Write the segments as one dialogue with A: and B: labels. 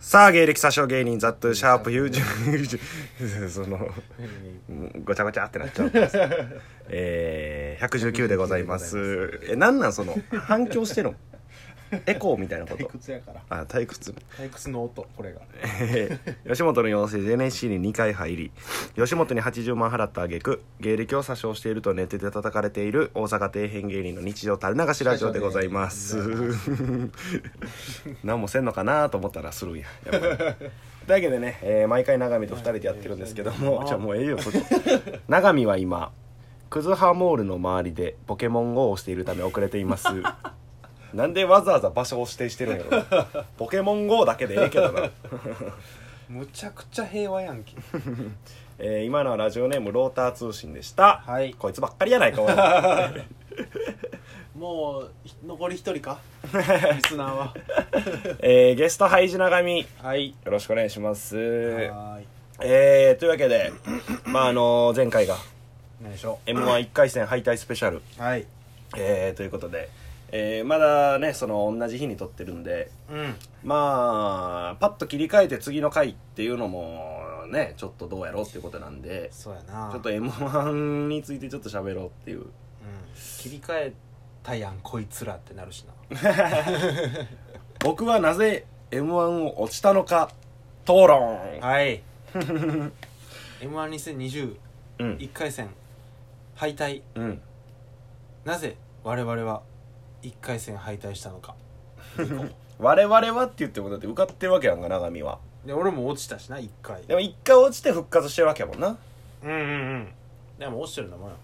A: さあ芸歴詐称芸人ザットシャープ YouTube そのごちゃごちゃってなっち ゃうんですえー、119でございますえなんなんその反響してる のエコーみたいなこ
B: 退
A: と
B: 屈やから
A: あ退屈
B: 退屈の音こ れが
A: えー 吉本の養成で NSC に2回入り吉本に80万払った挙句芸歴を詐称しているとネットで叩かれている大阪底辺芸人の日常垂れ流しラジオでござい ます
B: ラジ
A: 何もせんのかなと思ったらするんややっぱ りというわけでね、えー毎回永見と2人でやってるんですけども
B: はい
A: じゃあもうええよそっち永見は今クズハモールの周りでポケモン GO をしているため遅れてい ますなんでわざわざ場所を指定してるんやろポケモン GO だけでええけどな
B: むちゃくちゃ平和やんけ
A: えー今のはラジオネームローター通信でした、
B: はい
A: こいつばっかりやないかお い
B: もうひ残り一人 かリスナーは
A: えーゲストハイジ長見よ
B: はい
A: ろしくお願いします
B: はーい
A: えー、というわけ でまああの前回が
B: 何でしょ
A: m 1 1回戦敗退スペシャル、
B: うはい
A: えーということで、えーまだねその同じ日に撮ってるんで
B: うん
A: まあパッと切り替えて次の回っていうのもねちょっとどうやろうっていうことなんで
B: そうやな
A: ちょっと m 1についてちょっと喋ろうっていう
B: うん切り替えたやんこいつらってなるしな
A: 僕はなぜ m 1を落ちたのか討論、
B: はい m 1 2 0
A: う
B: 2
A: ん
B: 1回戦敗退
A: うん
B: なぜ我々は1回戦敗退したのか
A: 我々はって言ってもだって受かってるわけやんか長見は
B: で俺も落ちたしな1回
A: でも一回落ちて復活してるわけやもんな
B: うんうんうんでも落ちてるんだもんよ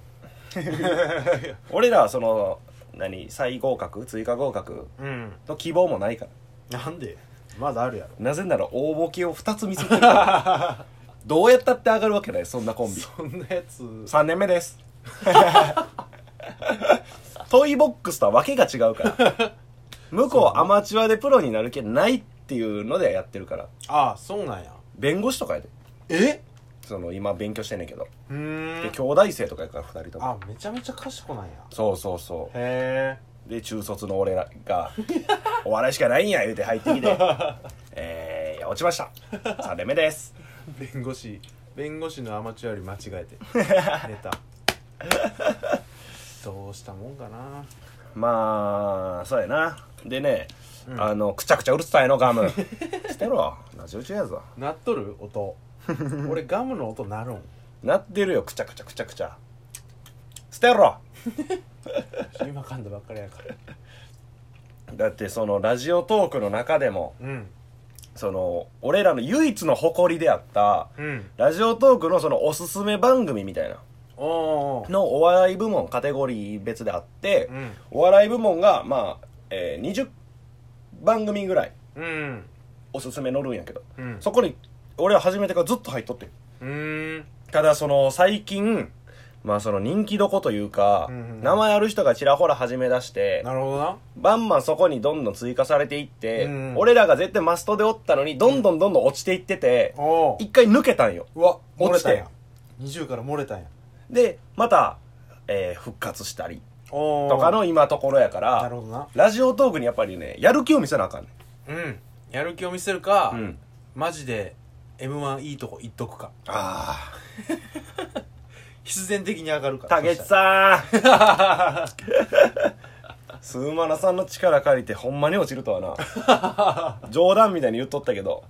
A: 俺らはその何再合格追加合格
B: うん
A: の希望もないから
B: なんでまだあるやろ
A: なぜなら応募金を2つ見つけてるからどうやったって上がるわけないそんなコンビ
B: そんなやつ
A: 3年目です トイボックスとは訳が違うから向こうアマチュアでプロになる気ないっていうのでやってるから
B: ああそうなんや
A: 弁護士とかやで
B: え
A: その今勉強してんねんけど、
B: うー
A: で
B: ん
A: 兄弟生とかやから2人とも
B: あめちゃめちゃ賢なんや
A: そうそうそ
B: へえ
A: うで中卒の俺らが 「お笑いしかないんや」言うて入ってきて「えー、いや落ちました3年目です
B: 弁護士弁護士のアマチュアより間違え てネタどうしたもんかな」
A: まあそうやなでね、
B: うん
A: あのくちゃくちゃうるさいのガムしてろラジオ中やぞ
B: なっとる 音俺ガムの音なるん
A: なってるよくちゃくちゃくちゃくちゃ捨てろ
B: 今噛んだばっかりやから
A: だってそのラジオトークの中でも
B: うん
A: その俺らの唯一の誇りであった
B: うん
A: ラジオトークのそのおすすめ番組みたいな
B: おお
A: のお笑い部門カテゴリー別であって、
B: うん
A: お笑い部門がまあ、えー20番組ぐらい
B: うん
A: おすすめ載るんやけど、
B: うん
A: そこに俺は初めてからずっと入っとってん
B: うーん
A: ただその最近まあその人気どこというか、
B: うんうんうん
A: 名前ある人がちらほら始め出して
B: なるほどな
A: バンバンそこにどんどん追加されていって、
B: うん
A: 俺らが絶対マストでおったのにどんどんどんどん落ちていってて、
B: おお
A: 一回抜けたんよ
B: うわ
A: 漏
B: 漏
A: れ
B: れ
A: た
B: た
A: ん
B: ん
A: や
B: や20から漏れたんや
A: でまた、えー復活したり
B: おお
A: とかの今ところやか
B: なる
A: ら
B: ほどな
A: ラジオトークにやっぱりねやる気を見せなあかんね
B: うんやる気を見せるか、
A: ん、うん、
B: マジで m 1いいとこ言っとくか
A: あ
B: 必然的に上がるか
A: あ
B: ら
A: 竹内さん スーマナさんの力借りてほんまに落ちるとはな冗談みたいに言っとったけ ど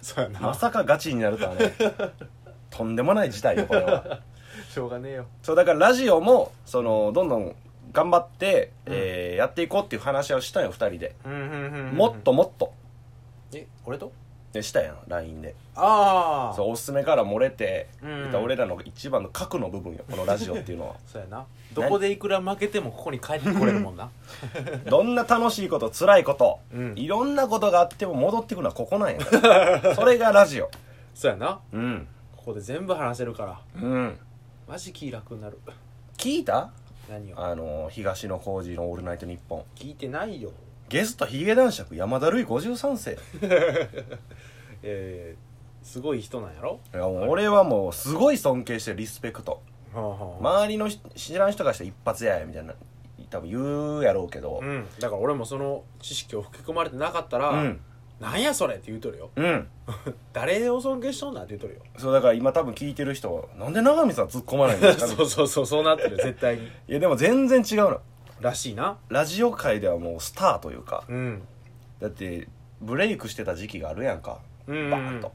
B: そうや
A: ま
B: な
A: さかガチになるとは ねとんでもない事態よこれは
B: しょうがねえよ
A: そうだからラジオもそのどんどん頑張って、
B: うん
A: えーやっていこうっていう話をしたよ2人で、
B: うんうんうんうん
A: もっともっと
B: え俺と
A: でしたやん LINE で
B: ああ
A: そうおすすめから漏れて、
B: うん
A: 言ったら俺らの一番の核の部分よこのラジオっていうのは
B: そうやなどこでいくら負けてもここに帰ってこれ るもんな
A: どんな楽しいこと辛いこと、
B: うん
A: いろんなことがあっても戻ってくるのはここ なんやからそれがラジオ
B: そうやな
A: うん
B: ここで全部話せるから
A: うん
B: マジ気楽になる
A: 聞いた
B: 何を
A: あの東野幸治の「オールナイトニッポン
B: 聞いてないよ」
A: ゲストヒゲ男爵山田るい53世
B: えー、すごい人なんやろ
A: いやもう俺はもうすごい尊敬してるリスペクト
B: はあはあ
A: 周りの人知らん人がしたら一発やみたいな多分言うやろうけど
B: うんだから俺もその知識を吹き込まれてなかったら、
A: うん
B: なんやそれって言うとるよ
A: うん
B: 誰を尊敬しとんなんって言うとるよ
A: そうだから今多分聞いてる人はなんで永見さん突っ込まないんですか
B: そうそうそうそうなって る絶対に
A: いやでも全然違うの
B: らしいな
A: ラジオ界ではもうスターというか
B: うん
A: だってブレイクしてた時期があるやんか
B: うんうん
A: バーンと、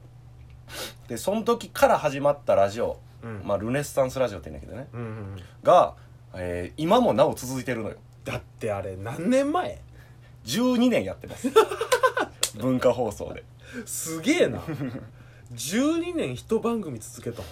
A: でその時から始まったラジオ、
B: うん
A: まあ、ルネッサンスラジオって言うんだけどね
B: うんうんうん
A: が、えー今もなお続いてるのよ
B: だってあれ何年前
A: 12年やってます 文化放送です
B: げえ な12年一番組続けた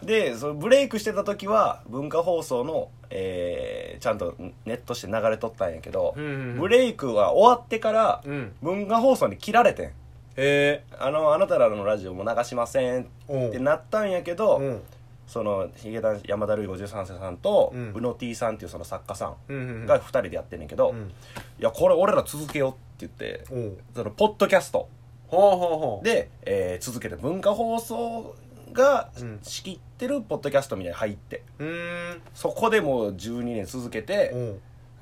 B: の
A: でそのブレイクしてた時は文化放送の、えーちゃんとネットして流れとったんやけど、
B: うんうんうん
A: ブレイクは終わってから
B: うん
A: 文化放送に切られてん
B: へ
A: あのあなたらのラジオも流しません
B: えお
A: って
B: う
A: なったんやけど、
B: うん
A: そのヒゲダン山田るい53世さんと、
B: うん
A: 宇野 T さんっていうその作家さ
B: うんうんうん
A: んが2人でやってんねんけど、
B: う
A: い
B: ん
A: やこれ俺ら続けようって言って
B: おう
A: そのポッドキャスト
B: ほうほうほう
A: で、えー続けて文化放送が
B: うん
A: 仕切ってるポッドキャストみたいに入って
B: うーん
A: そこでもう12年続け
B: お
A: て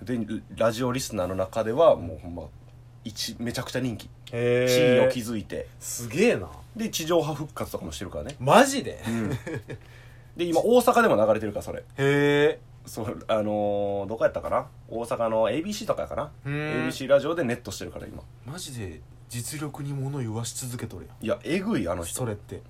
B: う
A: でラジオリスナーの中ではもうほんま一めちゃくちゃ人気
B: へ
A: 地位を築いて
B: すげえな
A: で地上波復活とかもしてるからね
B: マジで
A: で今大阪でも流れてるからそれ
B: へえ
A: そうあのーどこやったかな大阪の ABC とかかな
B: うーん
A: ABC ラジオでネットしてるから今
B: マジで実力に物言わし続けとるや
A: いやえぐいあの
B: ん
A: 人
B: それって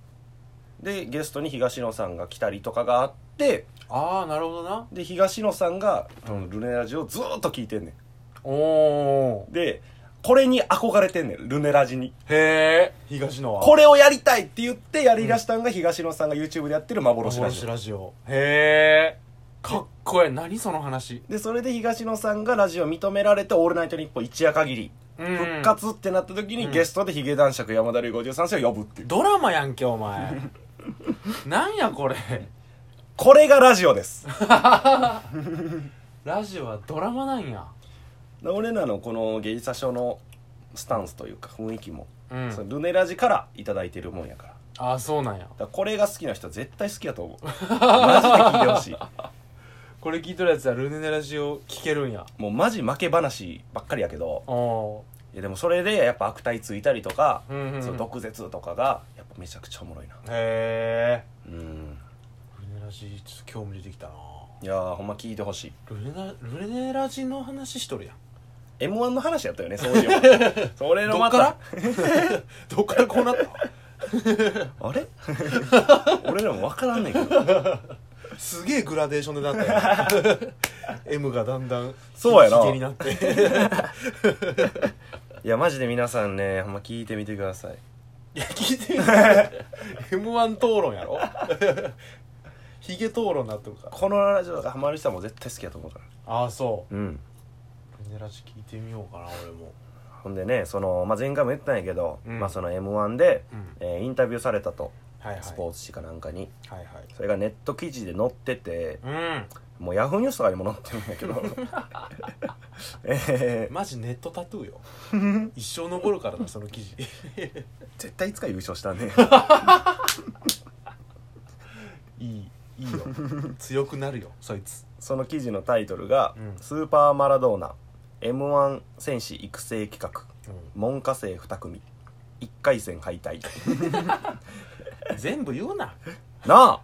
A: でゲストに東野さんが来たりとかがあって
B: ああなるほどな
A: で東野さんがそのルネラジをずーっと聞いてんね
B: おお
A: んでこれに憧れてんねんルネラジに
B: へえ東野は
A: これをやりたいって言ってやりだしたんが東野さんが YouTube でやってる幻ラ
B: 幻
A: ジオ
B: ラジオへえかっこええ何その話
A: でそれで東野さんがラジオ認められて「オールナイトニッポン」一夜限り
B: うん
A: 復活ってなった時にゲストでヒゲ男爵山田るい53世を呼ぶっていう
B: ドラマやんけお前 なんやこれ
A: これがラジオです
B: ラジオはドラマなんや
A: で俺らのこの芸術賞のスタンスというか雰囲気も、
B: う
A: その
B: ん
A: ルネラジから頂いいてるもんやからだか
B: ああそうなんや
A: らこれが好きな人は絶対好きやと 思うマジで聞いてほしい
B: これ聞いとるやつはルネネラジオ聞けるんや
A: もうマジ負け話ばっかりやけど
B: おお
A: いやでもそれでやっぱ悪態ついたりとか、
B: うんうんうん
A: その毒舌とかがやっぱめちゃくちゃおもろいな
B: へえ
A: うん
B: ルネラジちょっと興味出てきたない
A: やーほんま聞いてほしい
B: ルネラルネラジの話しとるやん
A: m 1の話やったよねそうい えばそれのまた
B: どっからこうなっ
A: あれ 俺らも分からんねんけど
B: たすげえグラデーションでなったよ M がだんだん
A: そうやな
B: ひげになって
A: いやマジで皆さんねほんま聞いてみてください
B: いや聞いてみて m 1討論やろ ヒゲ討論なってるから
A: このラジオがハマる人はもう絶対好きやと思うから
B: ああそ
A: うん
B: うルネラジ聞いてみようかな俺も
A: ほんでねその、まあ、前回も言ったんやけど、
B: うん
A: まあ、その m 1で、
B: うん
A: えーインタビューされたと
B: はいはい
A: スポーツ紙かなんかに、
B: はいはい
A: それがネット記事で載ってて
B: うん
A: もうヤフーニュースとかにも載ってるんやけど えー
B: マジネットタトゥーよ 一生残るからなその記事
A: 絶対いつか優勝した ね
B: いいいいよ 強くなるよそいつ
A: その記事のタイトルが「
B: うん
A: スーパーマラドーナ m 1戦士育成企画
B: う
A: 門下生2組1回戦敗 退」
B: ん全部言うな
A: なあ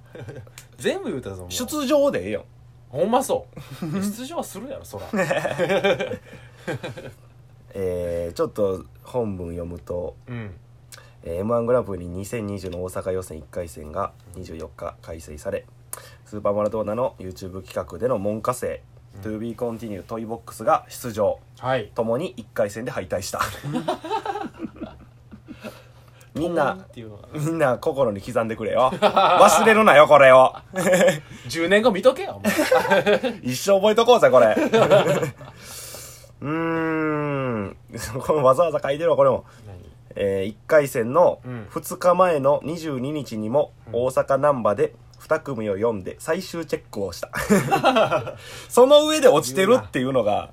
B: 全部言うたぞもう
A: 出場でええやん
B: ほんまそう出場はするやろそら
A: えーちょっと本文読むと
B: うん
A: 「えー m 1グランプリ2020の大阪予選1回戦が24日開催されスーパーマラドーナの YouTube 企画での門下生
B: うん
A: TOBECONTINUE トイボックスが出場
B: はい
A: ともに1回戦で敗退した みん
B: ポン
A: な
B: っていうのが
A: みんな心に刻んでくれよ忘れるなよこれを
B: 10年後見とけよお前
A: 一生覚えとこうぜこれうーん このわざわざ書いてるわこれも
B: 何
A: え1回戦の
B: うん
A: 2日前の22日にも
B: うん
A: 大阪難波で2組を読んで最終チェックをした その上で落ちてるっていうのが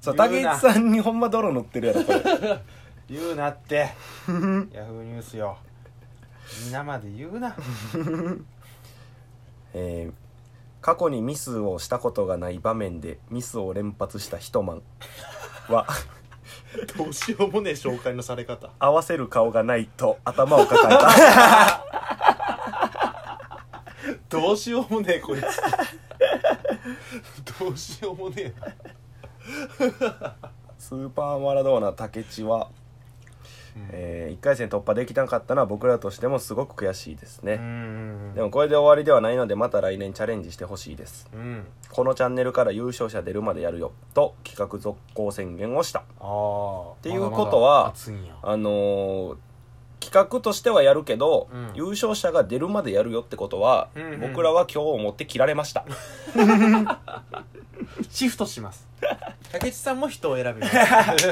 A: そう竹
B: 言うな
A: 内さんにほんま泥塗ってるやろ これ
B: 言うなってヤフーニュースよ皆まで言うな
A: えー過去にミス をしたことがない場面でミスを連発したヒトマンは
B: どうしようもねえ紹介のされ方
A: 合わせる顔がないと頭を抱え た
B: どうしようもねえこい つどうしようもねえな
A: スーパーマラドーナ武智は、え1回戦突破できなかったのは僕らとしてもすごく悔しいです
B: う
A: ね、
B: ん
A: でもこれで終わりではないのでまた来年チャレンジしてほしいです
B: うん
A: このチャンネルから優勝者出るまでやるよと企画続行宣言をした
B: ああって
A: いうことは
B: 熱いんや
A: あのー企画としてはやるけど、
B: うん
A: 優勝者が出るまでやるよってことは、
B: うんうん
A: 僕らは今日をもって切られま した
B: シフトします竹内さんも人を選びます
A: う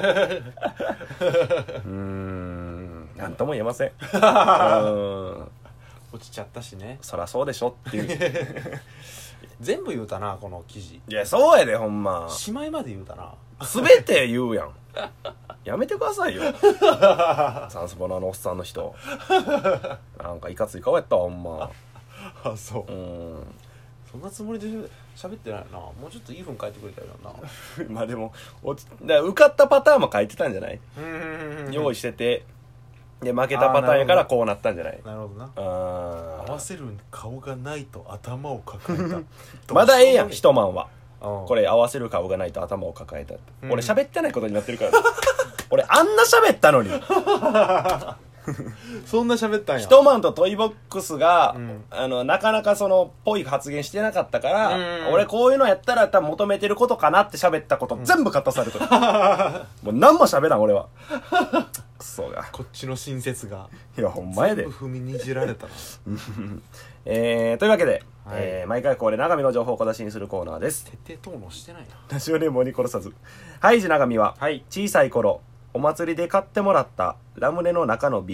A: ーん何とも言えま せんうーん
B: 落ちちゃったしね
A: そらそうでしょっていう
B: 全部言うたなこの記事
A: いやそうやでほんま
B: しまいまで言うたな
A: 全て言うやんやめてくだ さいよサンスボのあのおっさんの人なんかいかつい顔やったわほんま
B: あそう
A: うーん
B: そんなつもりで喋ってないよなもうちょっといい分書いてくれたよな
A: まあでも落ちだから受かったパターンも書いてたんじゃない、
B: うん
A: 用意しててで負けたパターンやからこうなったんじゃない
B: なるほどな
A: あ
B: 合わ
A: ー
B: せる顔がないと頭を抱え た
A: まだええやん
B: どうし
A: 一晩は
B: ようもねうん
A: これ合わせる顔がないと頭を抱えたって、
B: うん
A: 俺喋ってないことになってるから 俺あんな喋ったのに
B: そんな喋ったんや
A: 一晩とトイボックスが、
B: うん
A: あのなかなかそのぽい発言してなかったから、
B: うん
A: 俺こういうのやったら多分求めてることかなって喋ったこと全部カットされ てる、もう何も喋らん俺はクソが
B: こっちの親切が
A: いやほんまやで
B: 全部踏みにじられたな
A: えー、というわけで、
B: はい
A: えー毎回恒例長見の情報を小出しにするコーナーです
B: 徹底討論してないな
A: ラジオネームを鬼殺さずハイジ長見は
B: はい
A: 小さい頃お祭りで買ってもらったラムネの中のビ